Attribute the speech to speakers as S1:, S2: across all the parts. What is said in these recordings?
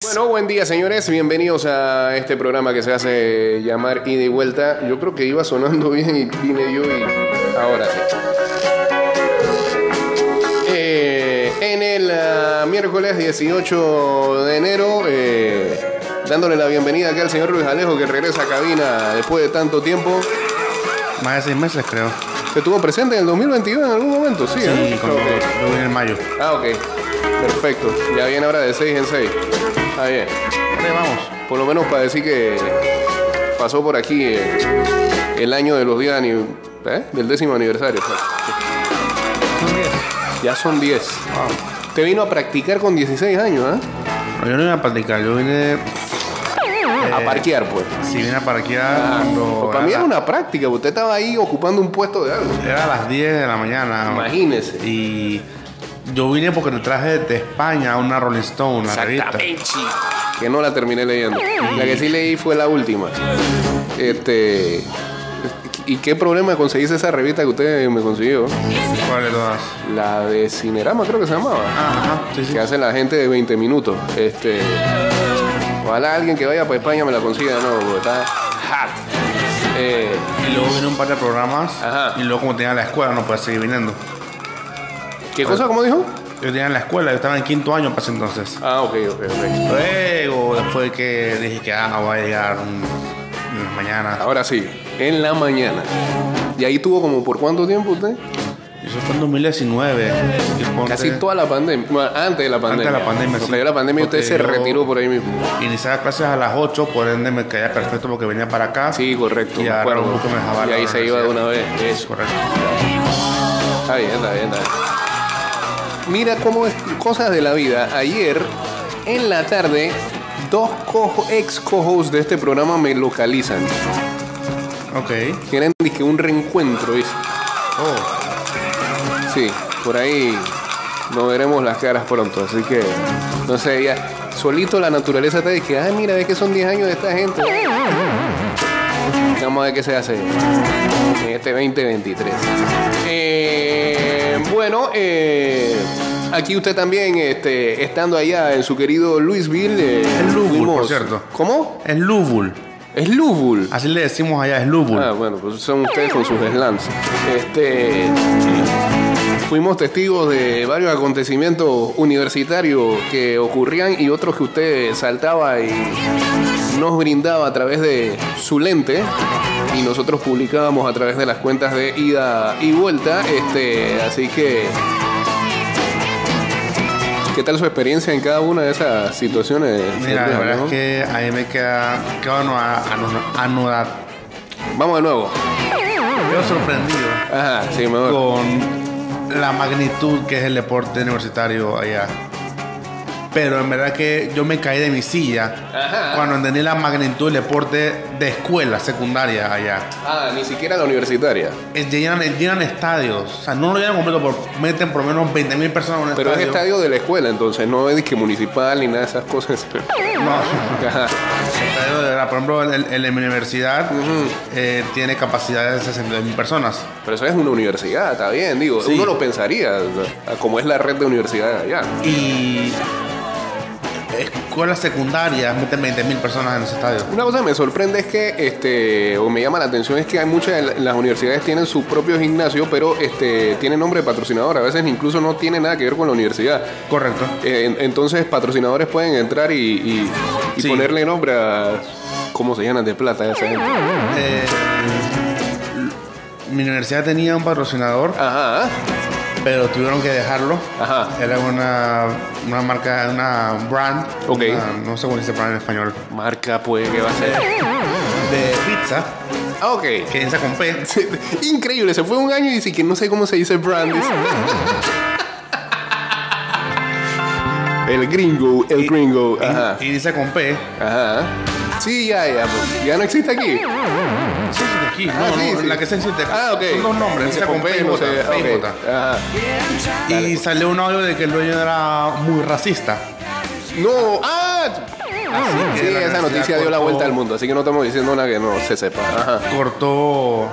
S1: Bueno, buen día señores, bienvenidos a este programa que se hace llamar Ida y Vuelta. Yo creo que iba sonando bien y vine yo y ahora sí. Eh, en el ah, miércoles 18 de enero, eh, dándole la bienvenida aquí al señor Luis Alejo que regresa a cabina después de tanto tiempo.
S2: Más de seis meses, creo.
S1: ¿Se tuvo presente en el 2022 en algún momento? Sí,
S2: Sí,
S1: ¿eh?
S2: con
S1: Ok.
S2: lo en mayo.
S1: Ah, ok. Perfecto. Ya viene ahora de 6 en 6. Está bien.
S2: Vale, vamos.
S1: Por lo menos para decir que pasó por aquí eh, el año de los días ani- ¿eh? del décimo aniversario. pues.
S2: Son diez.
S1: Ya son 10.
S2: Wow.
S1: Te vino a practicar con 16 años, ¿ah?
S2: No, yo no iba a platicar, yo vine. Eh,
S1: A parquear, pues.
S2: Si vine a parquear cuando.
S1: para mí
S2: era
S1: era una práctica, usted estaba ahí ocupando un puesto de algo.
S2: Era a las 10 de la mañana.
S1: Imagínese.
S2: Y yo vine porque te traje de España una Rolling Stone, una revista.
S1: Que no la terminé leyendo. La que sí leí fue la última. Este. ¿Y qué problema conseguirse esa revista que usted me consiguió?
S2: ¿Cuál de todas?
S1: La de Cinerama, creo que se llamaba.
S2: Ajá, sí, sí.
S1: Que hace la gente de 20 minutos. Este. Ojalá alguien que vaya para España me la consiga de nuevo, porque está hot. Eh,
S2: Y luego vine un par de programas.
S1: Ajá.
S2: Y luego, como tenía la escuela, no podía seguir viniendo.
S1: ¿Qué cosa, cómo dijo?
S2: Yo tenía la escuela, yo estaba en quinto año para ese entonces.
S1: Ah, ok, ok, ok.
S2: Luego, después que dije que ah, voy a llegar un- en las mañanas.
S1: Ahora sí, en la mañana. ¿Y ahí tuvo como por cuánto tiempo usted?
S2: Eso fue en 2019. y ponte-
S1: Casi toda la pandemia. Bueno, antes de la pandemia.
S2: de la pandemia,
S1: Porque
S2: sí.
S1: ya la pandemia usted se
S2: Porque yo-
S1: retiró por ahí mismo.
S2: Iniciaba clases a las 8, por ende me caía perfecto porque venía para acá.
S1: Sí, correcto.
S2: Y
S1: me
S2: agarraba
S1: acuerdo.
S2: un poco, me dejaba
S1: Y
S2: la
S1: ahí se iba de una vez. Eso.
S2: Correcto.
S1: Está bien, está bien, está bien. Mira cómo es cosas de la vida. Ayer, en la tarde, dos cojo- ex co-hosts de este programa me localizan.
S2: Ok.
S1: Tienen dizque, un reencuentro, dice.
S2: Oh,
S1: Sí, por ahí no veremos las caras pronto, así que no sé, ya solito la naturaleza te dice, ah, mira, ve que son 10 años de esta gente. Vamos a ver qué se hace en este 2023. Eh, bueno, eh, aquí usted también, este, estando allá en su querido Louisville. eh,
S2: Es Louisville,
S1: fuimos-
S2: por cierto.
S1: ¿Cómo?
S2: es Lúbul.
S1: Es Louisville.
S2: Así le decimos allá, es Lúbul.
S1: Ah, bueno, pues son ustedes con sus slams. Este, fuimos testigos de varios acontecimientos universitarios que ocurrían y otros que usted saltaba y nos brindaba a través de su lente y nosotros publicábamos a través de las cuentas de ida y vuelta. Este, así que, ¿qué tal su experiencia en cada una de esas situaciones?
S2: Mira, la
S1: Santiago,
S2: verdad
S1: no?
S2: es que ahí me queda. Quedo anudar.
S1: Vamos de nuevo.
S2: Quedo sorprendido
S1: Ajá, sí, mejor.
S2: con la magnitud que es el deporte universitario allá. Pero en verdad que yo me caí de mi silla
S1: Ajá.
S2: cuando entendí la magnitud del deporte de escuela secundaria allá.
S1: Ah, ni siquiera la universitaria.
S2: Es- llenan, eh, llenan estadios. O sea, no lo llenan completo, pero meten por lo menos 20 mil personas en un
S1: Pero es
S2: estadio.
S1: estadio de la escuela, entonces no es disque municipal ni nada de esas cosas.
S2: No,
S1: Ajá.
S2: estadio de verdad. Por ejemplo, el, el de mi universidad eh, tiene capacidad de 62 mil personas.
S1: Pero eso es una universidad, está bien, digo.
S2: Sí.
S1: Uno lo pensaría, o sea, como es la red de universidades allá.
S2: Y escuelas secundarias meten 20 mil personas en ese estadio.
S1: Una cosa que me sorprende es que, este, o me llama la atención, es que hay muchas de las universidades tienen su propio gimnasio, pero este, tienen nombre de patrocinador. A veces incluso no tiene nada que ver con la universidad.
S2: Correcto.
S1: Eh, en- entonces patrocinadores pueden entrar y, y- y
S2: Sí.
S1: ponerle nombre a cómo se llenan de plata esa gente.
S2: Eh, mi universidad tenía un patrocinador,
S1: Ajá,
S2: pero tuvieron que dejarlo.
S1: Ajá.
S2: Era una, una marca, una brand.
S1: Ok.
S2: una- no sé cómo dice brand en español.
S1: marca pues, ¿qué va a ser?
S2: De pizza,
S1: Ah, ok.
S2: que empieza con P.
S1: Increíble, se fue un año y dice que no sé cómo se dice brandis. el gringo, el gringo. Uh, Ajá.
S2: Y dice con P.
S1: Ajá. Sí, ya, ya. pues, Ya no existe aquí.
S2: Sí, sí, de aquí. No,
S1: Ah, sí,
S2: no,
S1: sí.
S2: la que se existe.
S1: Ah, ok.
S2: Son dos nombres.
S1: Dice
S2: Empieza con P y
S1: no
S2: J.
S1: sé,
S2: P y
S1: ok.
S2: J.
S1: Ajá.
S2: Y salió un audio de que el dueño era muy racista.
S1: No, ah.
S2: Así que
S1: Sí,
S2: la
S1: esa
S2: universidad
S1: noticia dio la
S2: cortó-
S1: vuelta al mundo, así que no estamos diciendo nada que no se sepa. Ajá.
S2: Cortó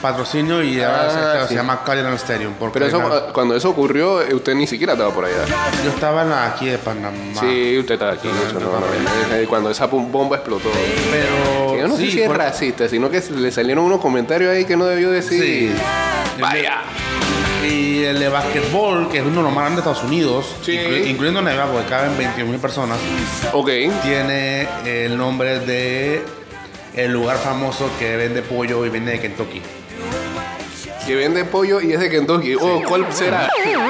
S2: patrocinio y ahora
S1: Ah,
S2: se, claro,
S1: sí.
S2: se llama Cardinal Stadium. Porque
S1: Pero eso,
S2: la-
S1: ah, cuando eso ocurrió, eh, usted ni siquiera estaba por allá.
S2: yo estaba en la- aquí de Panamá.
S1: Sí, usted estaba aquí.
S2: Sí,
S1: eso no,
S2: no,
S1: no, eh, Cuando esa pum- bomba explotó.
S2: Pero.
S1: Que yo no
S2: sí,
S1: sé si es
S2: por-
S1: racista, sino que le salieron unos comentarios ahí que no debió decir.
S2: Sí.
S1: Vaya.
S2: Y el de basquetbol, que es uno de los más grandes de Estados Unidos,
S1: Sí.
S2: inclu- incluyendo Nevada, porque caben 21 mil personas,
S1: Ok.
S2: tiene el nombre de el lugar famoso que vende pollo y vende de Kentucky.
S1: Que vende pollo y es de Kentucky. Oh, ¿cuál será?
S2: Pero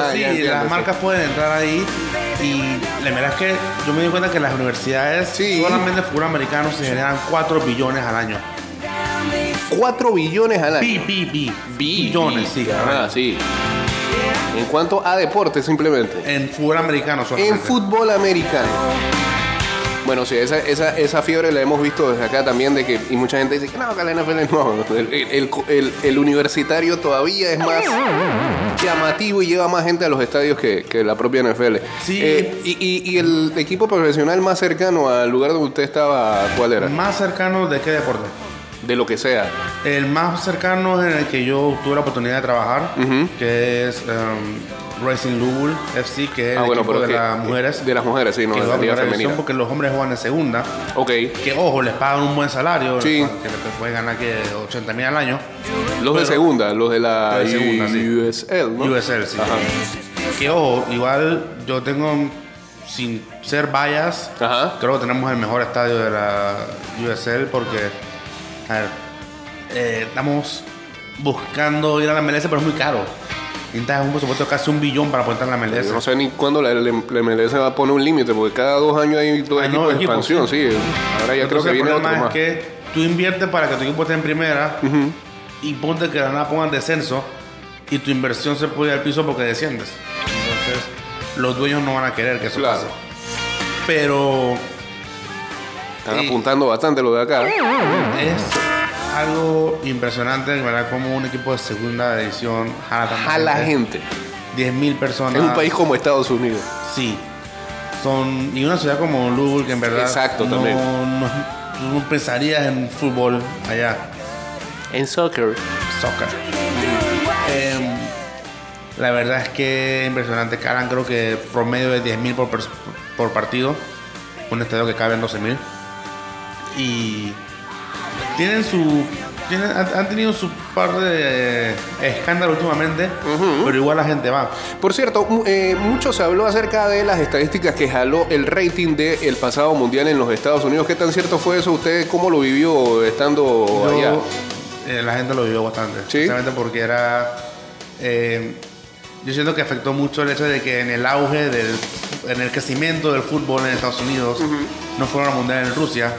S1: Ajá,
S2: sí,
S1: ya entiendo,
S2: las
S1: sí.
S2: marcas pueden entrar ahí. Y la verdad es que yo me di cuenta que las universidades
S1: Sí.
S2: solamente de fútbol americano se generan 4 billones al año.
S1: 4 billones al año.
S2: Bi, bi, bi.
S1: Bi-
S2: Billones, sí.
S1: Ah, sí. En cuanto a deporte, simplemente.
S2: En fútbol americano solamente.
S1: En fútbol americano. Bueno, sí, esa, esa, esa fiebre la hemos visto desde acá también, de que y mucha gente dice que no, que la NFL no. El, el- el- el universitario todavía es más llamativo y lleva más gente a los estadios que, que la propia NFL.
S2: Sí.
S1: Eh, y, y- y el equipo profesional más cercano al lugar donde usted estaba, ¿cuál era?
S2: ¿Más cercano de qué deporte?
S1: De lo que sea.
S2: El más cercano en el que yo tuve la oportunidad de trabajar, que es em, Racing Louisville FC, que es el equipo de
S1: Ah, que-
S2: las mujeres.
S1: De las mujeres, sí, no,
S2: que
S1: de
S2: juega
S1: la liga
S2: primera división
S1: femenina.
S2: porque los hombres juegan en segunda.
S1: Ok.
S2: Que ojo, les pagan un buen salario,
S1: Sí.
S2: que les pueden ganar que 80 mil al año.
S1: Los de segunda, los de la
S2: Los de segunda, sí.
S1: USL, ¿no? Ah.
S2: USL, sí.
S1: Ajá.
S2: Que ojo, igual yo tengo, sin ser vallas,
S1: Ajá.
S2: creo que tenemos el mejor estadio de la USL porque, a ver, eh, estamos buscando ir a la MLS, pero es muy caro. Necesitas un presupuesto casi un billón para poder entrar en la MLS.
S1: Yo no sé ni cuándo la, la- la MLS va a poner un límite, porque cada dos años hay dos
S2: Hay
S1: equipos
S2: nuevos
S1: de
S2: equipos,
S1: expansión, sí. Ahora ya creo
S2: Entonces,
S1: que
S2: el
S1: viene otro
S2: problema es
S1: más.
S2: que tú inviertes para que tu equipo esté en primera y ponte que la nada pongan descenso y tu inversión se puede ir al piso porque desciendes. Entonces, los dueños no van a querer que eso
S1: Claro.
S2: pase. Pero
S1: Están
S2: Sí.
S1: apuntando bastante lo de acá.
S2: es algo impresionante, ¿verdad? Como un equipo de segunda división jala tanta
S1: A la gente.
S2: 10.000 personas.
S1: Es un país como Estados Unidos.
S2: Sí. Son, y una ciudad como Louisville, que en verdad.
S1: Exacto,
S2: no,
S1: también.
S2: No, tú no pensarías en fútbol allá.
S1: En soccer.
S2: Soccer. Em, la verdad es que impresionante. Caran creo que promedio de 10.000 por, pers- por partido. Un estadio que cabe en 12.000. Y tienen su... tienen- han han tenido su par de escándalos últimamente, pero igual la gente va.
S1: Por cierto, mu- eh, mucho se habló acerca de las estadísticas que jaló el rating del pasado mundial en los Estados Unidos. ¿Qué tan cierto fue eso? ¿Usted cómo lo vivió estando
S2: Yo-
S1: allá?
S2: eh, la gente lo vivió bastante.
S1: ¿Sí?
S2: Precisamente porque era. eh, yo siento que afectó mucho el hecho de que en el auge del. en el crecimiento del fútbol en Estados Unidos no fueron al mundial en Rusia.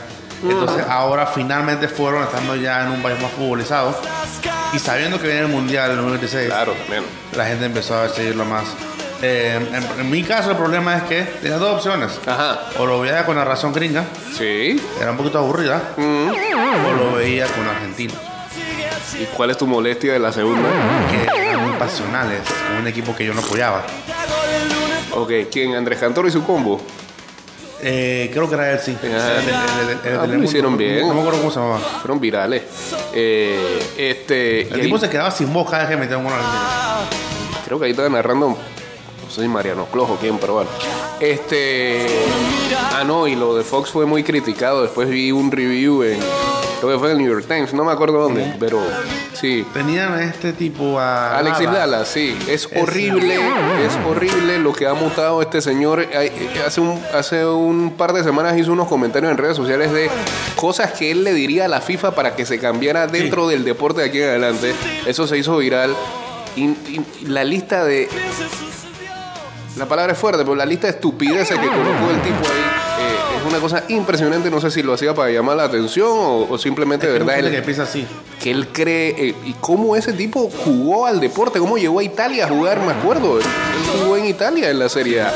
S1: Mm.
S2: Entonces ahora finalmente fueron estando ya en un país más futbolizado. Y sabiendo que viene el mundial en el 96,
S1: Claro, también.
S2: la gente empezó a seguirlo más. Eh, en, en mi caso, el problema es que tenía dos opciones.
S1: Ajá.
S2: O lo veía con la razón gringa,
S1: Sí.
S2: era un poquito aburrida,
S1: Mm.
S2: o lo veía con Argentina.
S1: ¿Y cuál es tu molestia de la segunda?
S2: que eran muy pasionales, con un equipo que yo no apoyaba.
S1: Ok, ¿quién? Andrés Cantor y su combo.
S2: Eh, creo que era él, sí. Era del- el- el- el- el-
S1: Ah,
S2: el-
S1: lo hicieron
S2: no-
S1: bien.
S2: No me acuerdo cómo se llamaba.
S1: Fueron virales. Eh, este. y
S2: El
S1: ahí-
S2: tipo se quedaba sin voz cada vez que metía un gol al
S1: Creo que ahí estaba narrando. No sé si Mariano Clojo o quién, pero bueno. Este. Ah, no, y lo de Fox fue muy criticado. Después vi un review en. Creo que fue en el New York Times, no me acuerdo dónde, pero sí.
S2: Tenían a este tipo a.
S1: Alexis
S2: Lala.
S1: Lala, sí, es horrible, es horrible lo que ha mutado este señor. Ay, eh, Hace un, hace un par de semanas hizo unos comentarios en redes sociales de cosas que él le diría a la FIFA para que se cambiara dentro del deporte de aquí en adelante. Eso se hizo viral. Y, y- y la lista de. La palabra es fuerte, pero la lista de estupideces que colocó el tipo ahí eh, es una cosa impresionante. No sé si lo hacía para llamar la atención o, o simplemente,
S2: Es que
S1: ¿verdad?
S2: hay gente
S1: él-
S2: que piensa así.
S1: que él cree eh, y cómo ese tipo jugó al deporte, cómo llegó a Italia a jugar, me acuerdo. Él jugó en Italia en la Serie A.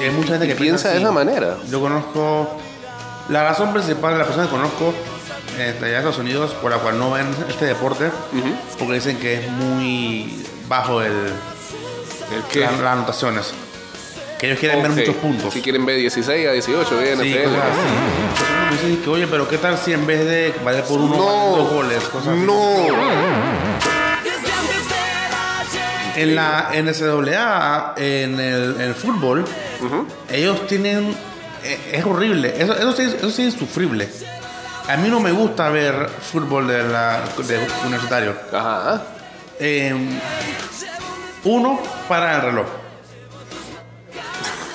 S2: Y hay mucha gente que
S1: Piensa de
S2: así.
S1: esa manera.
S2: Yo conozco. La razón principal de las personas que conozco eh, de allá de Estados Unidos por la cual no ven este deporte, porque dicen que es muy bajo el,
S1: El
S2: la- las anotaciones. que ellos quieren
S1: Ok.
S2: ver muchos puntos.
S1: Si quieren ver 16 a 18, bien,
S2: Sí,
S1: NFL.
S2: cosas así. Entonces, dices que, oye, pero ¿qué tal si en vez de valer por uno, valen
S1: No,
S2: dos goles? Cosas así.
S1: no.
S2: En la NCAA, en el, en el fútbol, ellos tienen. eh, Es horrible. Eso, eso, sí, es- eso sí es insufrible. A mí no me gusta ver fútbol de, la, de universitario.
S1: Ajá.
S2: Eh, uno, para el reloj.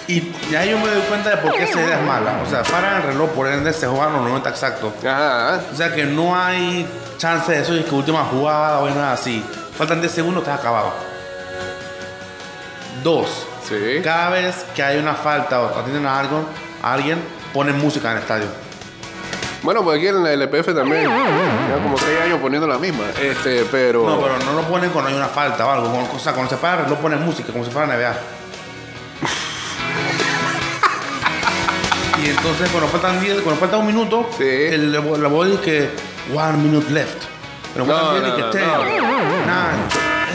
S2: Y ya yo me doy cuenta de por qué esa idea es mala. O sea, para el reloj, por ende, se juegan los 90 exactos.
S1: Ajá.
S2: O sea que no hay chance de eso de que última jugada o nada así. Faltan 10 segundos, estás acabado. Dos.
S1: Sí.
S2: Cada vez que hay una falta o atienden a algo, a alguien, ponen música en el estadio.
S1: Bueno, pues aquí en la LPF también. Lleva como 6 años poniendo la misma. Este, pero.
S2: No, pero no lo ponen cuando hay una falta o algo. Con- O sea, cuando se para, no ponen música, como si fuera NBA. y entonces cuando faltan 10, cuando falta un minuto,
S1: Sí.
S2: el, la voz dice que one minute left. Pero
S1: No,
S2: faltan 10
S1: no,
S2: y
S1: no,
S2: que ten,
S1: no.
S2: nine.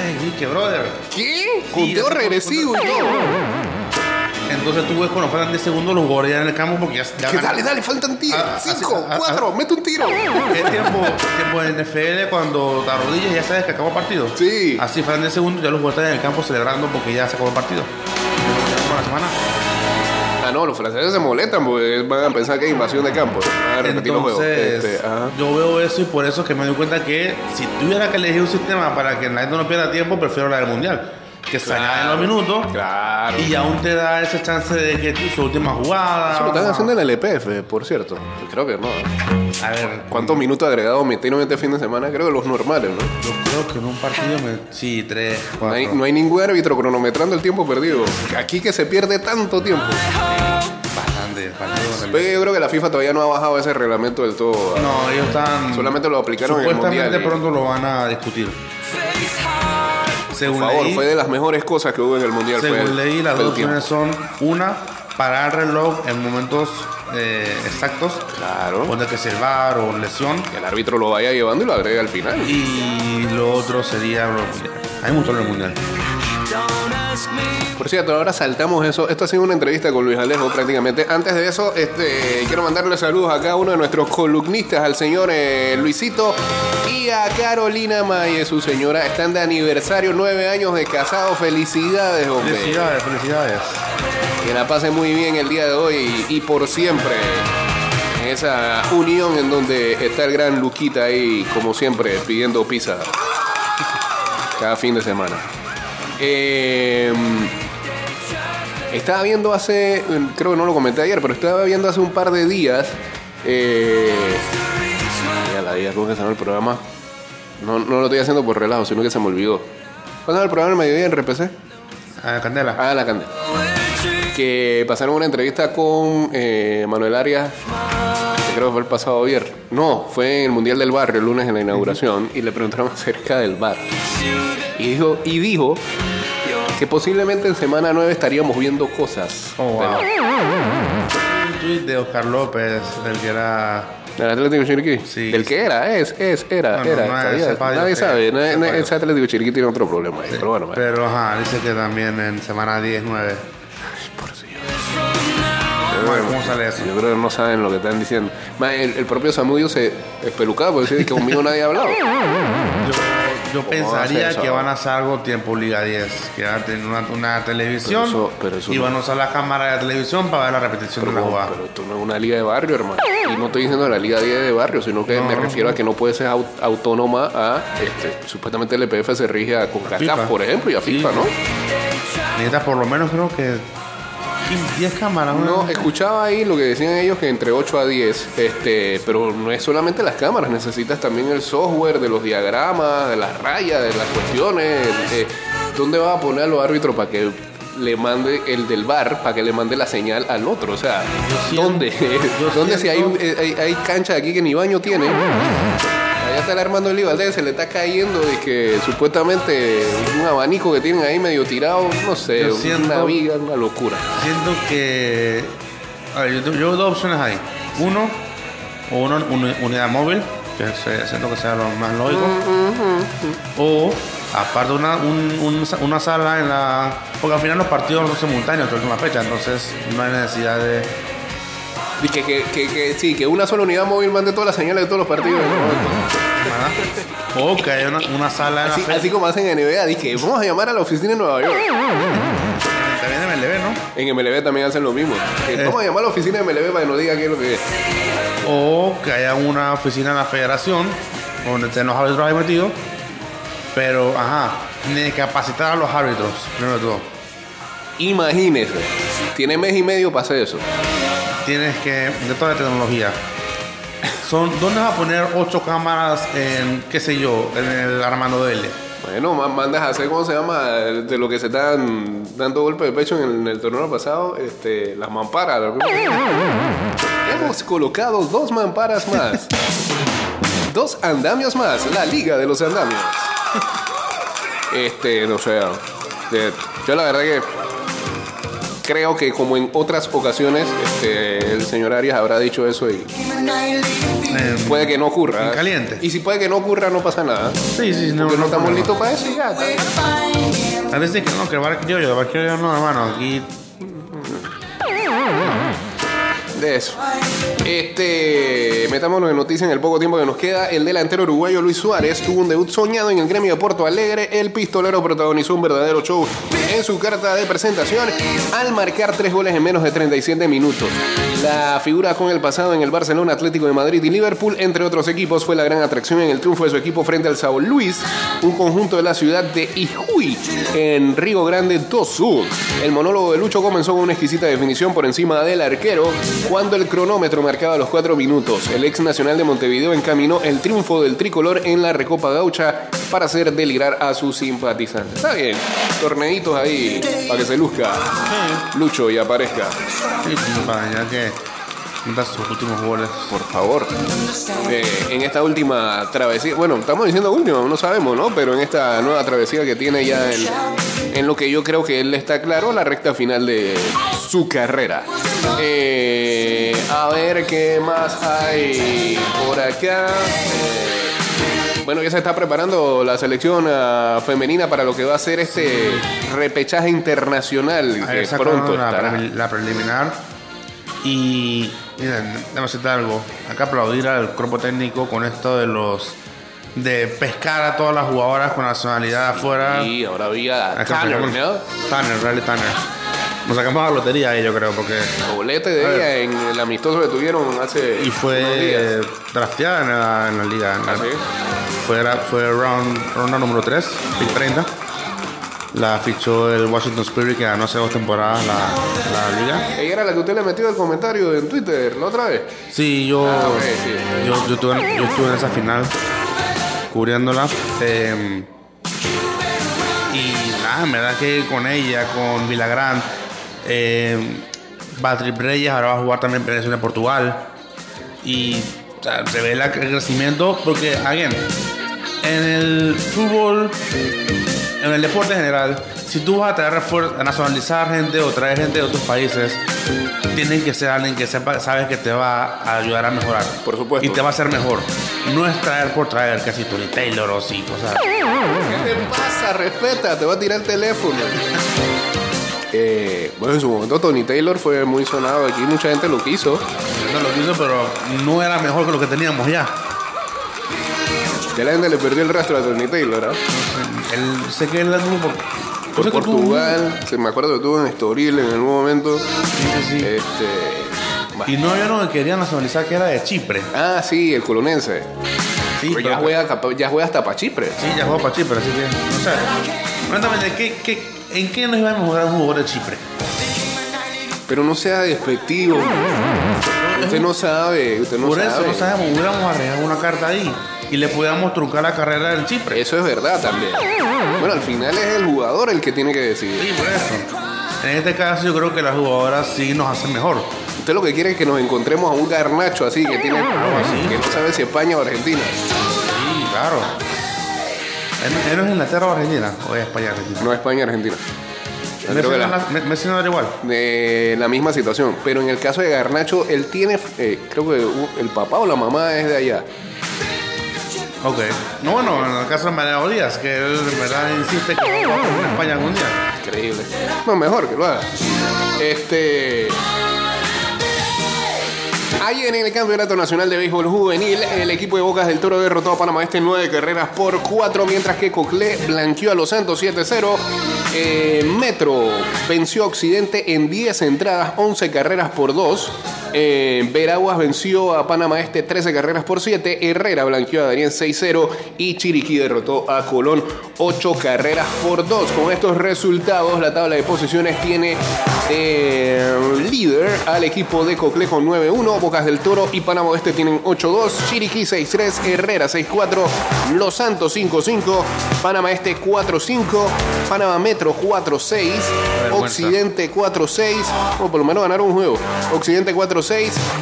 S2: Ey, dije, brother.
S1: ¿Qué?
S2: pues, Sí,
S1: Conteo
S2: eso-
S1: regresivo y todo.
S2: Entonces tú ves cuando faltan 10 segundos los jugadores ya en el campo porque ya, ya
S1: Que
S2: ganan.
S1: dale, dale, faltan 10,
S2: Ah, ah,
S1: 5,
S2: ah, ah,
S1: 4, mete un tiro.
S2: Es tiempo, tiempo en NFL cuando te arrodillas ya sabes que acabó el partido.
S1: Sí.
S2: Así faltan 10 segundos ya los jugadores en el campo celebrando porque ya se acabó el partido. Ya acabó la semana.
S1: Ah, no, los franceses se molestan porque van a pensar que es invasión de campo. Van a repetir los juegos.
S2: Entonces,
S1: Este, ajá.
S2: yo veo eso y por eso es que me doy cuenta que si tuviera que elegir un sistema para que la gente no pierda tiempo, prefiero la del mundial. Que se añaden los minutos
S1: Claro.
S2: y aún te da esa chance de que tu, su última jugada.
S1: Eso lo están
S2: o-
S1: haciendo en el LPF, por cierto. Creo que no.
S2: A ver,
S1: ¿Cuántos minutos agregados metieron este fin de semana? Creo que los normales, ¿no?
S2: yo creo que en un partido me. Sí, tres,
S1: No hay,
S2: cuatro.
S1: no hay ningún árbitro cronometrando el tiempo perdido. Aquí que se pierde tanto tiempo.
S2: Bastante, partido bastante.
S1: Pero yo creo que la FIFA todavía no ha bajado ese reglamento del todo.
S2: No, ellos están.
S1: Solamente lo aplicaron en el
S2: Supuestamente
S1: Mundial. eh.
S2: pronto lo van a discutir. Según
S1: Por favor,
S2: leí,
S1: fue de las mejores cosas que hubo en el Mundial. fue
S2: según
S1: el-
S2: leí, las
S1: fue el
S2: dos
S1: tiempo.
S2: opciones son: una, parar el reloj en momentos eh, exactos,
S1: Claro.
S2: donde que se va o lesión,
S1: Que el árbitro lo vaya llevando y lo agrega al final.
S2: y lo otro sería. lo- A mí me gustó el mundial.
S1: Por cierto, ahora saltamos eso. Esto ha sido una entrevista con Luis Alejo prácticamente. Antes de eso, este, quiero mandarle saludos acá a cada uno de nuestros columnistas, al señor eh, Luisito y a Carolina Maye, su señora. Están de aniversario, nueve años de casado. Felicidades, hombre.
S2: Felicidades, felicidades.
S1: Que la pasen muy bien el día de hoy y, y por siempre. En Esa unión en donde está el gran Luquita ahí, como siempre, pidiendo pizza cada fin de semana. Eh, estaba viendo hace, creo que no lo comenté ayer, pero estaba viendo hace un par de días. eh, ya la vida, ¿cómo que se llama el programa? No, no lo estoy haciendo por relajo, sino que se me olvidó. ¿Cuándo era el programa del mediodía en RPC?
S2: Ah, Candela.
S1: Ah, la candela. Que pasaron una entrevista con eh, Manuel Arias, que creo que fue el pasado viernes. No, fue en el Mundial del Barrio, el lunes en la inauguración, y le preguntaron acerca del bar. Y dijo, y dijo que posiblemente en semana 9 estaríamos viendo cosas.
S2: Oh, wow.
S1: Ah.
S2: Un tweet de Oscar López, el que era.
S1: ¿Del Atlético Chiriquí?
S2: Sí.
S1: Del que era, es, es, era,
S2: Bueno,
S1: era.
S2: no,
S1: estaría.
S2: ese fallo
S1: nadie
S2: que-
S1: sabe, nadie-
S2: ese
S1: nadie-
S2: fallo.
S1: ese Atlético Chiriquí tiene otro problema ahí, pero bueno,
S2: Pero ajá, dice que también en semana 10, 9. Bueno, ¿cómo sale eso?
S1: Yo creo que no saben lo que están diciendo. Más, el, el propio Samudio se espelucaba porque decía que conmigo nadie ha hablado.
S2: Yo
S1: va a
S2: pensaría
S1: ser
S2: que
S1: eso?
S2: van a hacer algo tiempo Liga 10, que van a tener una, una televisión
S1: Pero eso- pero eso
S2: y
S1: no.
S2: van a usar la cámara de la televisión para ver la repetición de la jugada.
S1: Pero esto no es una liga de barrio, hermano. Y no estoy diciendo la liga 10 de barrio, sino que me refiero a que no puede ser au- autónoma a. Este, supuestamente el EPF se rige a CONCACAF,
S2: FIFA.
S1: por ejemplo, y a
S2: Sí.
S1: FIFA, ¿no?
S2: Necesitas por lo menos creo que 15, 10 cámaras.
S1: No, escuchaba ahí lo que decían ellos que entre 8 a 10, este, pero no es solamente las cámaras, necesitas también el software de los diagramas, de las rayas, de las cuestiones. eh, ¿Dónde vas a poner a los árbitros para que le mande el del bar, para que le mande la señal al otro? O sea,
S2: Yo
S1: ¿dónde?
S2: siento- yo
S1: ¿Dónde si hay,
S2: siento-
S1: eh, hay, hay cancha aquí que ni baño tiene? Allá está el Armando Olivaldez, se le está cayendo de que supuestamente un abanico que tienen ahí medio tirado, no sé,
S2: Yo siento-
S1: una viga, una locura.
S2: Siento que... A ver, yo, tengo- yo veo dos opciones ahí. Uno, o una unidad móvil, que se- siento que sea lo más lógico. O Aparte una, un- un- una sala en la... Porque al final los partidos son simultáneos, todo en una fecha, entonces no hay necesidad de...
S1: Y que, que, que, que sí, que una sola unidad móvil mande todas las señales de todos los partidos. ¿no?
S2: ¿verdad? Ah. O que haya una, una sala en la
S1: Así,
S2: fecha.
S1: así como hacen en NBA, dije, vamos a llamar a la oficina en Nueva York.
S2: También en MLB, ¿no?
S1: En MLB también hacen lo mismo. Que Vamos a llamar a la oficina de MLB para que nos diga qué es lo que es.
S2: O que haya una oficina en la federación donde estén los árbitros ahí metidos. Pero, ajá, ni capacitar a los árbitros, primero de todo.
S1: Imagínese, tiene mes y medio para hacer eso.
S2: Tienes que, de toda la tecnología. Son, ¿Dónde vas a poner ocho cámaras en, qué sé yo, en el Armando L?
S1: Bueno, ma- mandas a hacer, ¿cómo se llama? De lo que se están dando golpe de pecho en el, en el torneo pasado, este, las mamparas. Hemos colocado dos mamparas más. dos andamios más. La liga de los andamios. Este, no sé. eh, Yo la verdad que creo que como en otras ocasiones, este, el señor Arias habrá dicho eso y
S2: En-
S1: puede que no ocurra.
S2: En caliente.
S1: Y si puede que no ocurra, no pasa nada.
S2: sí, sí, no,
S1: Porque no estamos
S2: problema.
S1: listos para eso y ya.
S2: A veces que no, que el bar criollo, el bar criollo no, hermano, aquí
S1: De eso. Este, metámonos en noticias en el poco tiempo que nos queda. El delantero uruguayo Luis Suárez tuvo un debut soñado en el gremio de Porto Alegre. El pistolero protagonizó un verdadero show en su carta de presentación al marcar tres goles en menos de 37 minutos. La figura con el pasado en el Barcelona, Atlético de Madrid y Liverpool, entre otros equipos, fue la gran atracción en el triunfo de su equipo frente al Sao Luis, un conjunto de la ciudad de Ijuy, en Río Grande do Sul. El monólogo de Lucho comenzó con una exquisita definición por encima del arquero cuando el cronómetro marcaba los cuatro minutos. El ex nacional de Montevideo encaminó el triunfo del tricolor en la Recopa Gaucha para hacer delirar a sus simpatizantes. Está bien, torneitos ahí para que se luzca Lucho y aparezca.
S2: sí, sí, para ya que metas sus últimos goles.
S1: Por favor. Eh, en esta última travesía, bueno, estamos diciendo última, no sabemos, ¿no? Pero en esta nueva travesía que tiene ya en, en lo que yo creo que él está claro, la recta final de su carrera. Eh, a ver qué más hay por acá. Eh, Bueno, ya se está preparando la selección ah, femenina para lo que va a ser este repechaje internacional
S2: Ayer
S1: que
S2: sacaron
S1: Eh, pronto
S2: Ah, la,
S1: estará.
S2: prelimi- la preliminar y miren, déjame decirte algo. Hay que aplaudir al cuerpo técnico con esto de los de pescar a todas las jugadoras con nacionalidad afuera.
S1: Y ahora había
S2: Hay que apoyar
S1: Tanner,
S2: Ah, con-
S1: ¿no?
S2: Tanner, Riley Tanner. Nos sacamos la lotería ahí, yo creo, porque.
S1: Doblete de
S2: A ver.
S1: ella en el amistoso que tuvieron hace
S2: Y fue
S1: unos días.
S2: eh, drafteada en la, en la liga. en la-
S1: ¿Ah, sí?
S2: Fue, la- fue round, ronda número 3, pick 30. La fichó el Washington Spirit, que ganó hace dos temporadas la, la liga.
S1: Ella era la que usted le metió el comentario en Twitter la otra vez.
S2: Sí, yo,
S1: Ah, ok, sí.
S2: yo, yo estuve, yo estuve en esa final cubriéndola. eh, y nada, en verdad que con ella, con Villagrán, eh, Patrick Reyes ahora va a jugar también en Venezuela y Portugal. Y o sea, se ve la- el crecimiento porque, again, en el fútbol, en el deporte en general, si tú vas a traer refuer- a nacionalizar gente o traer gente de otros países, tienen que ser alguien que sepa, sabes que te va a ayudar a mejorar.
S1: Por supuesto.
S2: Y te va a hacer mejor. No es traer por traer, casi Tony Taylor o sí, cosas.
S1: ¿Qué te pasa? Respeta, te va a tirar el teléfono. Eh, bueno, en su momento Tony Taylor fue muy sonado aquí, mucha gente lo quiso.
S2: No lo quiso, pero no era mejor que lo que teníamos ya.
S1: Ya la gente le perdió el rastro a Tony Taylor, ¿ah?
S2: Él, sé que él anduvo por,
S1: Por
S2: sé que tuvo-
S1: Portugal, se me acuerdo que tuvo en Estoril en algún momento.
S2: Sí, sí, sí.
S1: Este, bah.
S2: Y no había uno que quería nacionalizar que era de Chipre.
S1: Ah, sí, el colonense. Pero
S2: Sí,
S1: Pues ya,
S2: pero-
S1: juega, capa- ya juega hasta para Chipre.
S2: Sí, ya jugó para Chipre, así que. O sea, honestamente, ¿qué, qué, en qué nos iba a mejorar un jugador de Chipre?
S1: Pero no sea despectivo. Usted no sabe, usted no
S2: Por
S1: sabe.
S2: eso no sabemos, hubiéramos arreglado una carta ahí y le pudiéramos truncar la carrera en Chipre.
S1: Eso es verdad también. Bueno, al final es el jugador el que tiene que decidir.
S2: Sí, por eso. En este caso, yo creo que las jugadoras sí nos hacen mejor.
S1: Usted lo que quiere es que nos encontremos a un garnacho así que tiene
S2: así.
S1: que no sabe si España o Argentina.
S2: Sí, claro. ¿Él- ¿Él no es Inglaterra o Argentina? ¿O es España Argentina?
S1: No España Argentina. Yo creo
S2: Messi
S1: que
S2: no
S1: la-
S2: era- Me- Messi no era igual.
S1: de la misma situación. Pero en el caso de uh, Garnacho, él tiene, eh, creo que u- el papá o la mamá es de allá.
S2: Ok. No, bueno, en el caso de Mariano Díaz, que él en verdad insiste que va a jugar en España algún día.
S1: Increíble. No, mejor que lo haga. Este. Ayer en el Campeonato Nacional de Béisbol Juvenil, el equipo de Bocas del Toro derrotó a Panamá este en 9 carreras por 4, mientras que Coclé blanqueó a los Santos 7-0. Eh, Metro venció a Occidente en 10 entradas, 11 carreras por 2. Eh, Veraguas venció a Panamá Este 13 carreras por 7. Herrera blanqueó a Darien 6-0. Y Chiriquí derrotó a Colón 8 carreras por 2. Con estos resultados, la tabla de posiciones tiene eh, líder al equipo de Coclejo 9-1. Bocas del Toro y Panamá Oeste tienen 8-2. Chiriquí 6-3. Herrera 6-4. Los Santos 5-5. Panamá Este 4-5. Panamá Metro 4-6.
S2: Vergüenza.
S1: Occidente 4-6. O por lo menos ganaron un juego. Occidente 4-6.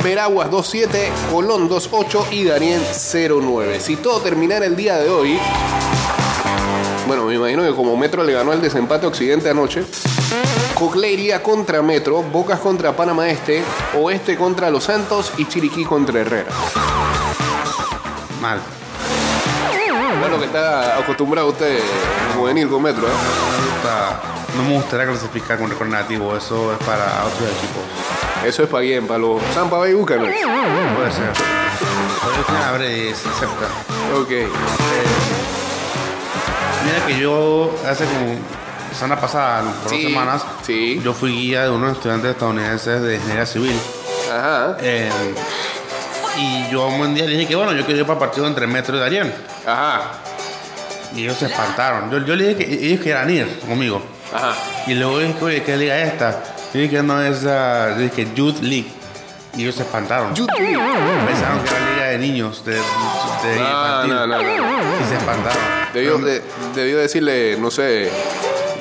S1: Veraguas 2-7. Colón 2-8. Y Darien 0-9. Si todo terminara el día de hoy. Bueno, me imagino que como Metro le ganó el desempate a Occidente anoche, Coclé iría contra Metro, Bocas contra Panamá Este, Oeste contra Los Santos y Chiriquí contra Herrera.
S2: Mal.
S1: Es lo que está acostumbrado usted, juvenil con Metro, ¿eh?
S2: Puta, No me gustaría clasificar con récord negativo, eso es para otros equipos.
S1: Eso es para bien, para los Zampa Bay Bucanos.
S2: Puede ser. Pero yo abre y se acepta.
S1: Ok.
S2: Mira que yo hace como semana pasada, por
S1: Sí,
S2: dos semanas,
S1: sí.
S2: yo fui guía de unos estudiantes estadounidenses de ingeniería civil.
S1: Ajá.
S2: Eh, y yo un día le dije que bueno, yo quiero ir para el partido entre Metro y Darien.
S1: Ajá.
S2: Y ellos se espantaron. Yo, yo le dije que ellos querían ir conmigo.
S1: Ajá.
S2: Y luego dije, oye, ¿qué liga es esta? Yo dije, no, es la yo dije, Youth League. Y ellos se espantaron. Pensaron que era liga de niños, de, de
S1: No,
S2: infantil.
S1: Ah, no, no, no.
S2: Y se espantaron.
S1: Debió, de- debió decirle, no sé,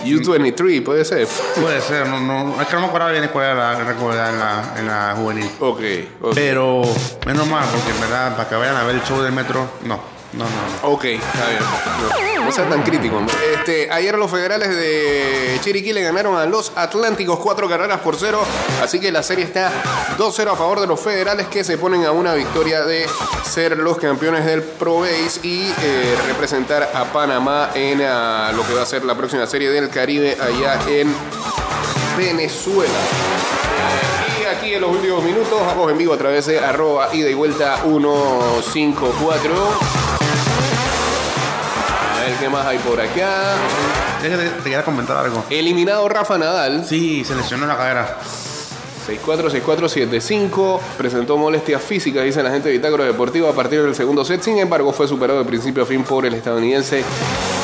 S1: U23, puede ser.
S2: Puede ser, no, no, es que no me acuerdo bien cuál era la recuerda en la, en la juvenil.
S1: Ok. ok.
S2: Pero menos mal, porque en verdad, para que vayan a ver el show del metro, no, no, no. no.
S1: Ok, está bien. No, no sea tan crítico. hombre. Este, ayer los federales de Chiriquí le ganaron a los Atlánticos cuatro carreras por cero. Así que la serie está 2-0 a favor de los federales que se ponen a una victoria de ser los campeones del Pro Base y eh, representar a Panamá en ah, lo que va a ser la próxima serie del Caribe allá en Venezuela. Y aquí en los últimos minutos, vamos en vivo a través de arroba ida y vuelta 154. A ver qué más hay por acá.
S2: Es que Te, te quería comentar algo.
S1: Eliminado Rafa Nadal.
S2: Sí, se lesionó la cadera.
S1: 6-4-6-4-7-5. Presentó molestias físicas, dice la gente de Bitácora Deportivo, a partir del segundo set. Sin embargo, fue superado de principio a fin por el estadounidense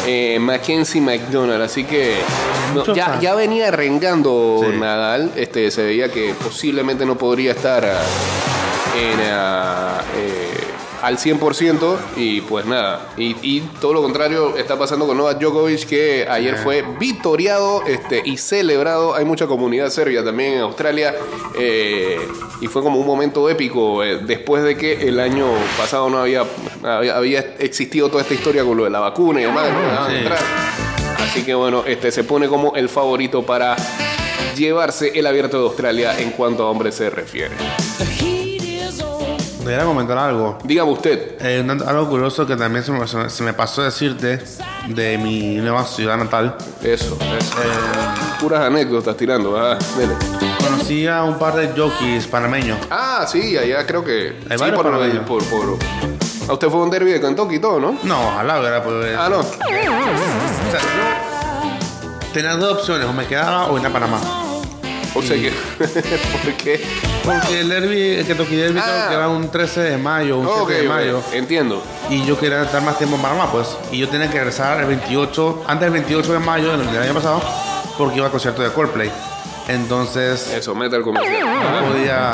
S1: eh, Mackenzie McDonald. Así que no,
S2: Mucho
S1: ya,
S2: fan.
S1: ya venía arengando
S2: Sí.
S1: Nadal. Este, se veía que posiblemente no podría estar ah, en, ah, eh, al 100%. Y pues nada. Y, y todo lo contrario está pasando con Novak Djokovic, que ayer fue victoriado este, y celebrado. Hay mucha comunidad serbia también en Australia. eh, y fue como un momento épico eh, después de que el año pasado no había, había, había existido toda esta historia con lo de la vacuna y demás. no dejaban
S2: Sí.
S1: entrar. Así que bueno, este se pone como el favorito para llevarse el abierto de Australia en cuanto a hombres se refiere.
S2: Te quería comentar algo.
S1: Dígame usted.
S2: Eh, un- algo curioso que también se me, se me pasó decirte de mi nueva ciudad natal. Eh,
S1: Eso, eso. Puras anécdotas tirando, ¿verdad? Dele.
S2: Conocí a un par de jockeys panameños.
S1: Ah, sí, allá creo que.
S2: Hay
S1: sí,
S2: varios
S1: por, lo del-
S2: panameños.
S1: por, por- Ah, usted fue a un derby de Kentucky y todo, ¿no?
S2: No, ojalá hubiera podido.
S1: Ah, no.
S2: O sea, yo tenía dos opciones, o me quedaba o irme a Panamá.
S1: O sea que. ¿Por qué?
S2: Porque el derby, el Kentucky Derby, creo
S1: Ah.
S2: que era un 13 de mayo, un
S1: Ok,
S2: 7 de
S1: ok,
S2: mayo.
S1: entiendo.
S2: Y yo quería estar más tiempo en Panamá, pues. Y yo tenía que regresar el 28, antes del 28 de mayo del del año pasado, porque iba al concierto de Coldplay. Entonces,
S1: Eso, meta el comercial.
S2: no podía.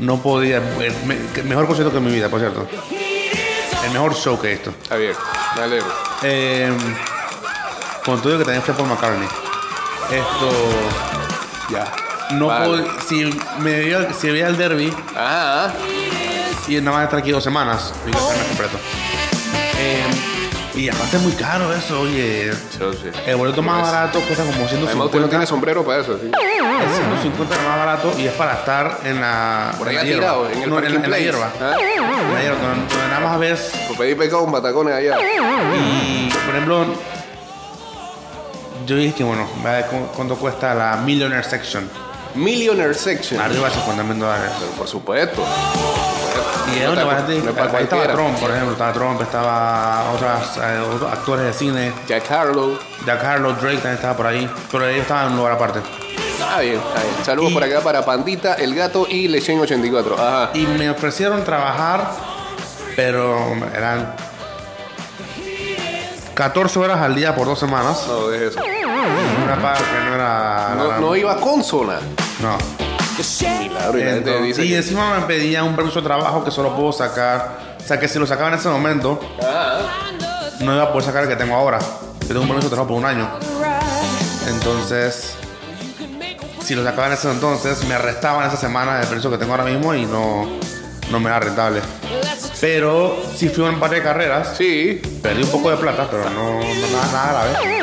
S2: No podía. eh, me- que- mejor concierto que en mi vida, por cierto. El mejor show que esto.
S1: Está bien, me alegro.
S2: Eh, con todo que también fue por McCartney. Esto.
S1: Ya.
S2: No
S1: Vale.
S2: pod- si me veía, si veía el derby
S1: Ah,
S2: y nada más estar aquí dos semanas, digo, estar completo. Eh, Y aparte es muy caro eso, oye.
S1: Yo sí.
S2: El boleto más barato cuesta como
S1: Pues, Además, usted no
S2: 150.
S1: tiene sombrero para eso. ¿sí?
S2: Es 150 el más barato y es para estar en la.
S1: Por
S2: en
S1: allá
S2: la hierba.
S1: tirado, en el
S2: No,
S1: parking
S2: en la
S1: place.
S2: hierba.
S1: ¿Ah? pues
S2: En la hierba, donde, donde nada más ves.
S1: Por pedir pecado con patacones allá.
S2: Y, por ejemplo, yo dije que bueno, voy a ver cu- cuánto cuesta la Millionaire Section.
S1: Millionaire Section.
S2: Arriba de 50 mil dólares.
S1: Pero por supuesto.
S2: Y es donde
S1: No
S2: vas a
S1: está- no
S2: decir,
S1: es para
S2: ahí estaba
S1: cualquiera.
S2: Trump, por ejemplo, estaba Trump, estaba otras, eh, otros actores de cine,
S1: Jack Harlow.
S2: Jack Harlow, Drake también estaba por ahí, pero ellos estaban en un lugar aparte.
S1: Está bien, está bien. Saludos
S2: Y-
S1: por acá para Pandita, El Gato y Lechen 84. Ajá.
S2: Y me ofrecieron trabajar, pero eran 14 horas al día por dos semanas.
S1: No, deje eso. Ah.
S2: Una paga que no era...
S1: No, no iba a consola.
S2: no.
S1: Claro, y la gente
S2: Entonces,
S1: dice
S2: y
S1: que-
S2: encima me pedían un permiso de trabajo que solo puedo sacar, o sea que si lo sacaba en ese momento,
S1: Ah,
S2: no iba a poder sacar el que tengo ahora. Yo tengo un permiso de trabajo por un año. Entonces, si lo sacaban en ese entonces, me restaban esa semana del precio que tengo ahora mismo y no, no me era rentable. Pero sí fui a un par de carreras,
S1: sí.
S2: perdí un poco de plata, pero no, no nada, nada grave.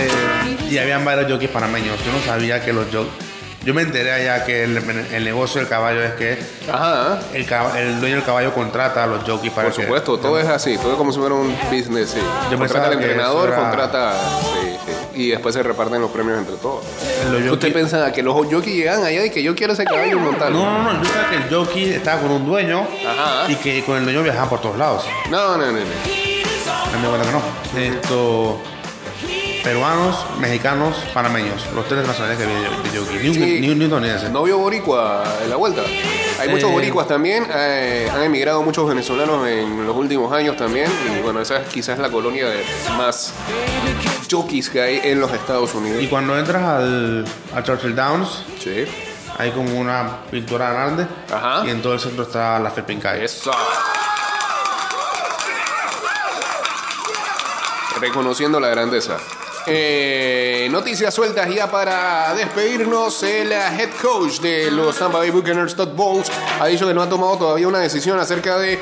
S2: Eh, y habían varios jockeys panameños. Yo no sabía que los jockeys. Yo me enteré allá que el, el negocio del caballo es que
S1: Ajá.
S2: el, cab- el dueño del caballo contrata a los jockeys para
S1: Por
S2: que-
S1: supuesto, todo es así, todo es como si fuera un business, sí.
S2: Yo
S1: contrata
S2: pensaba
S1: al
S2: que eso
S1: entrenador,
S2: era-
S1: contrata. sí, sí. Y después se reparten los premios entre todos.
S2: los
S1: ¿Usted
S2: jockeys-
S1: pensaba que los jockeys llegan allá y que yo quiero ese caballo montarlo?
S2: No, no, no, yo sabía que el jockey estaba con un dueño
S1: Ajá.
S2: y que con el dueño viajaban por todos lados.
S1: No, no, no. no.
S2: A mí me cuenta que no. Esto, peruanos, mexicanos, panameños, los tres nacionales que había de jockey. Ni un,
S1: Sí.
S2: ni un- ni un estadounidense.
S1: No vio boricua en la vuelta. Hay muchos
S2: Eh.
S1: boricuas también, eh, han emigrado muchos venezolanos en los últimos años también, y bueno, esa es quizás la colonia de más jockeys que hay en los Estados
S2: Y
S1: Unidos.
S2: cuando entras al, a Churchill Downs,
S1: Sí.
S2: hay como una pintura grande
S1: Ajá.
S2: y en todo el centro está la Fepincay.
S1: Eso. Reconociendo la grandeza. Eh, noticias sueltas ya para despedirnos. El eh, head coach de los Tampa Bay Buccaneers, Todd Bowles, ha dicho que no ha tomado todavía una decisión acerca de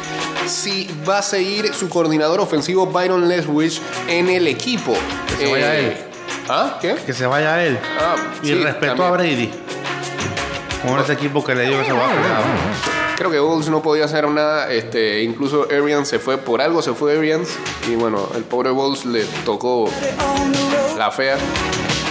S1: si va a seguir su coordinador ofensivo Byron Leswich en el equipo. Eh,
S2: se vaya él.
S1: ¿Ah? ¿Qué?
S2: Que se vaya él.
S1: Ah,
S2: y
S1: sí,
S2: respeto
S1: también.
S2: a Brady. Con ese equipo que le dio ese guapo.
S1: Creo que Bowles no podía hacer nada, este, incluso Arians se fue, por algo se fue Arians, y bueno, el pobre Bowles le tocó la fea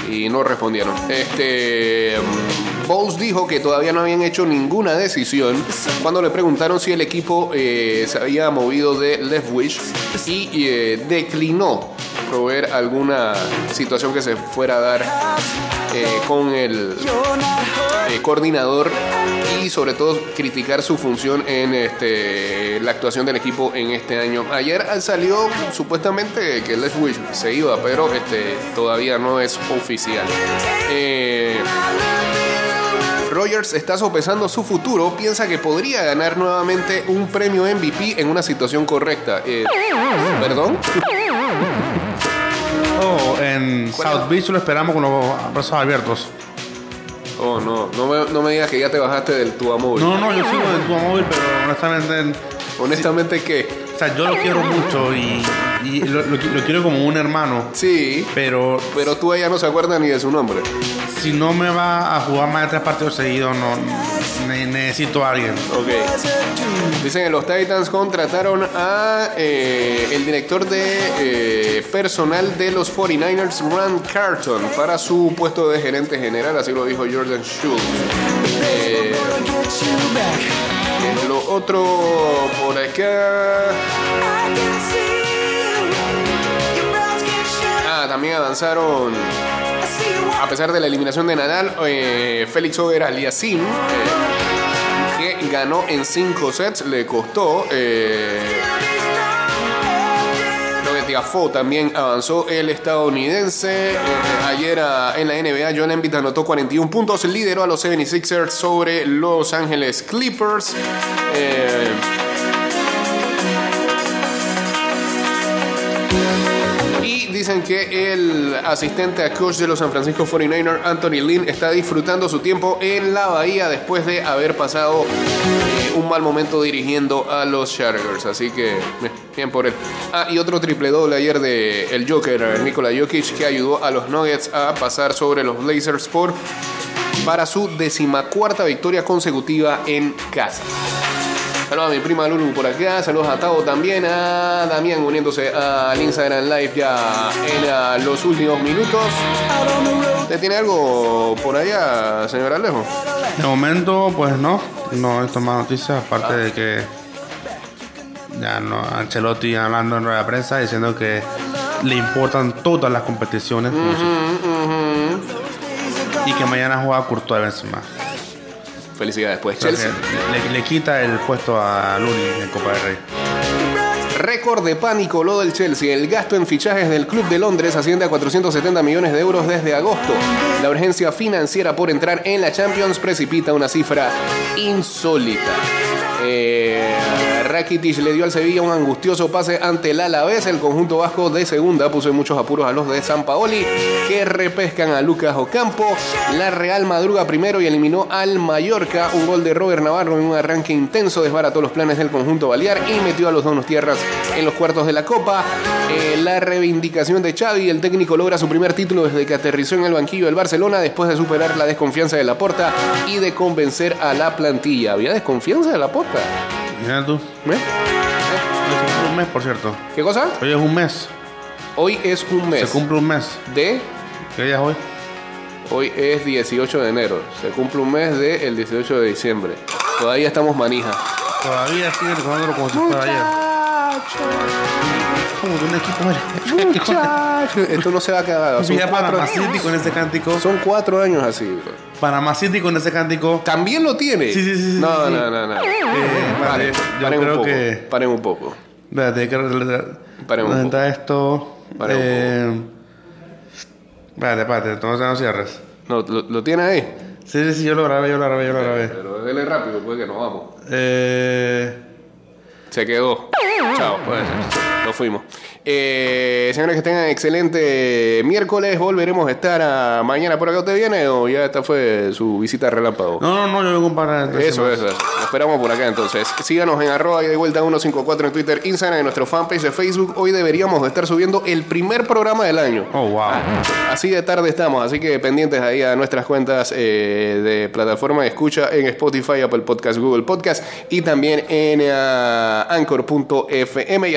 S1: y no respondieron. Este, mm, Bowles dijo que todavía no habían hecho ninguna decisión cuando le preguntaron si el equipo eh, se había movido de Left Wish y eh, declinó proveer alguna situación que se fuera a dar eh, con el eh, coordinador y sobre todo criticar su función en este, la actuación del equipo en este año. Ayer ah, salió supuestamente que Les Wish se iba, pero este, todavía no es oficial. Eh, Rogers está sopesando su futuro, piensa que podría ganar nuevamente un premio MVP en una situación correcta. Eh, ¿Perdón?
S2: Oh, en
S1: ¿Cuál
S2: South Beach lo esperamos con los brazos abiertos.
S1: Oh, no, no me, no me digas que ya te bajaste del tu amor.
S2: No, no, yo sigo de tu móvil, pero honestamente.
S1: Honestamente, ¿qué?
S2: O sea, yo lo quiero mucho y, y lo, lo qui- lo quiero como un hermano.
S1: Sí,
S2: Pero
S1: pero tú ella no se acuerda ni de su nombre.
S2: si no me va a jugar más de tres partidos seguidos, no, ne- necesito a alguien.
S1: Ok. Dicen que los Titans contrataron a eh, el director de eh, personal de los 49ers, Rand Carton, para su puesto de gerente general, así lo dijo Jordan Schultz. Eh, lo otro por acá. Ah, también avanzaron. A pesar de la eliminación de Nadal, eh, Félix Oder Aliasim. que ganó en 5 sets, le costó. eh, Creo que Tiafoe también avanzó el estadounidense. Eh, ayer ah, en la NBA, Joel Embiid anotó 41 puntos, lideró a los 76ers sobre Los Ángeles Clippers. Eh, Y dicen que el asistente a coach de los San Francisco 49ers, Anthony Lynn, está disfrutando su tiempo en la bahía después de haber pasado eh, un mal momento dirigiendo a los Chargers. Así que eh, Bien por él. Ah, y otro triple doble ayer de el Joker, eh, Nikola Jokic, que ayudó a los Nuggets a pasar sobre los Blazers por para su decimacuarta victoria consecutiva en casa. Saludos a mi prima Lulu por acá, saludos a Tavo también, a Damián uniéndose al Instagram Live ya en uh, los últimos minutos. ¿Te tiene algo por allá, señor Alejo?
S2: De momento, pues no, no he tomado noticias, aparte de que ya no, Ancelotti hablando en rueda de prensa diciendo que le importan todas las competiciones como
S1: Mm,
S2: si- y que mañana juega Courtois Benzema.
S1: Felicidades, pues,
S2: O sea,
S1: Chelsea.
S2: que Le, le quita el puesto a Luni en Copa del Rey.
S1: Récord de pánico lo del Chelsea. El gasto en fichajes del Club de Londres asciende a 470 millones de euros desde agosto. La urgencia financiera por entrar en la Champions precipita una cifra insólita. Eh, Rakitic le dio al Sevilla un angustioso pase ante el Alavés. El conjunto vasco de segunda puso en muchos apuros a los de San Paoli, que repescan a Lucas Ocampo. La Real madruga primero y eliminó al Mallorca. Un gol de Robert Navarro en un arranque intenso desbarató los planes del conjunto balear y metió a los donos tierras en los cuartos de la Copa. Eh, la reivindicación de Xavi, el técnico logra su primer título desde que aterrizó en el banquillo del Barcelona después de superar la desconfianza de Laporta y de convencer a la plantilla. ¿Había desconfianza de Laporta?
S2: Mira tú,
S1: ¿Eh?
S2: hoy se cumple un mes, por cierto.
S1: ¿Qué cosa?
S2: Hoy es un mes,
S1: Hoy es un mes
S2: se cumple un mes.
S1: de...
S2: ¿Qué día es hoy?
S1: Hoy es 18 de enero. Se cumple un mes de el 18 de diciembre. Todavía estamos manija.
S2: Todavía sigue recordándolo como si fuera ayer. Como de un equipo, mira. Qué cosa.
S1: Muchachos. Esto no se va a acabar. Son
S2: Mira Panamá City
S1: cuatro,
S2: con ese cántico.
S1: son cuatro años así. bro.
S2: Panamá City con ese cántico.
S1: ¿También lo tiene?
S2: Sí, sí, sí, sí,
S1: No,
S2: sí.
S1: no, no, no.
S2: Eh, vale,
S1: Paren,
S2: yo
S1: paren un
S2: creo
S1: poco.
S2: que.
S1: Paren un poco.
S2: Espérate, hay que
S1: Paremos un
S2: representar esto.
S1: Paremos un
S2: Eh, Espérate, espérate, entonces no cierres.
S1: No, lo, lo tiene ahí.
S2: Sí, sí, sí, yo lo grabé, yo lo grabé, yo lo grabé.
S1: Pero dele rápido, puede que nos vamos.
S2: Eh,
S1: Se quedó. Chao. Nos fuimos. Eh, señores, que tengan excelente miércoles. Volveremos a estar a- mañana. ¿Por acá usted viene o ya esta fue su visita relámpago?
S2: no, no, no, yo vengo para.
S1: Eso, eso, eso. Lo esperamos por acá entonces. Síganos en arroba y de vuelta 154 en Twitter, Instagram, en nuestro fanpage de Facebook. Hoy deberíamos de estar subiendo el primer programa del año.
S2: Oh, wow.
S1: Así de tarde estamos, así que pendientes ahí a nuestras cuentas eh, de plataforma de escucha en Spotify, Apple Podcast, Google Podcast y también en ah, anchor.fm. Y hasta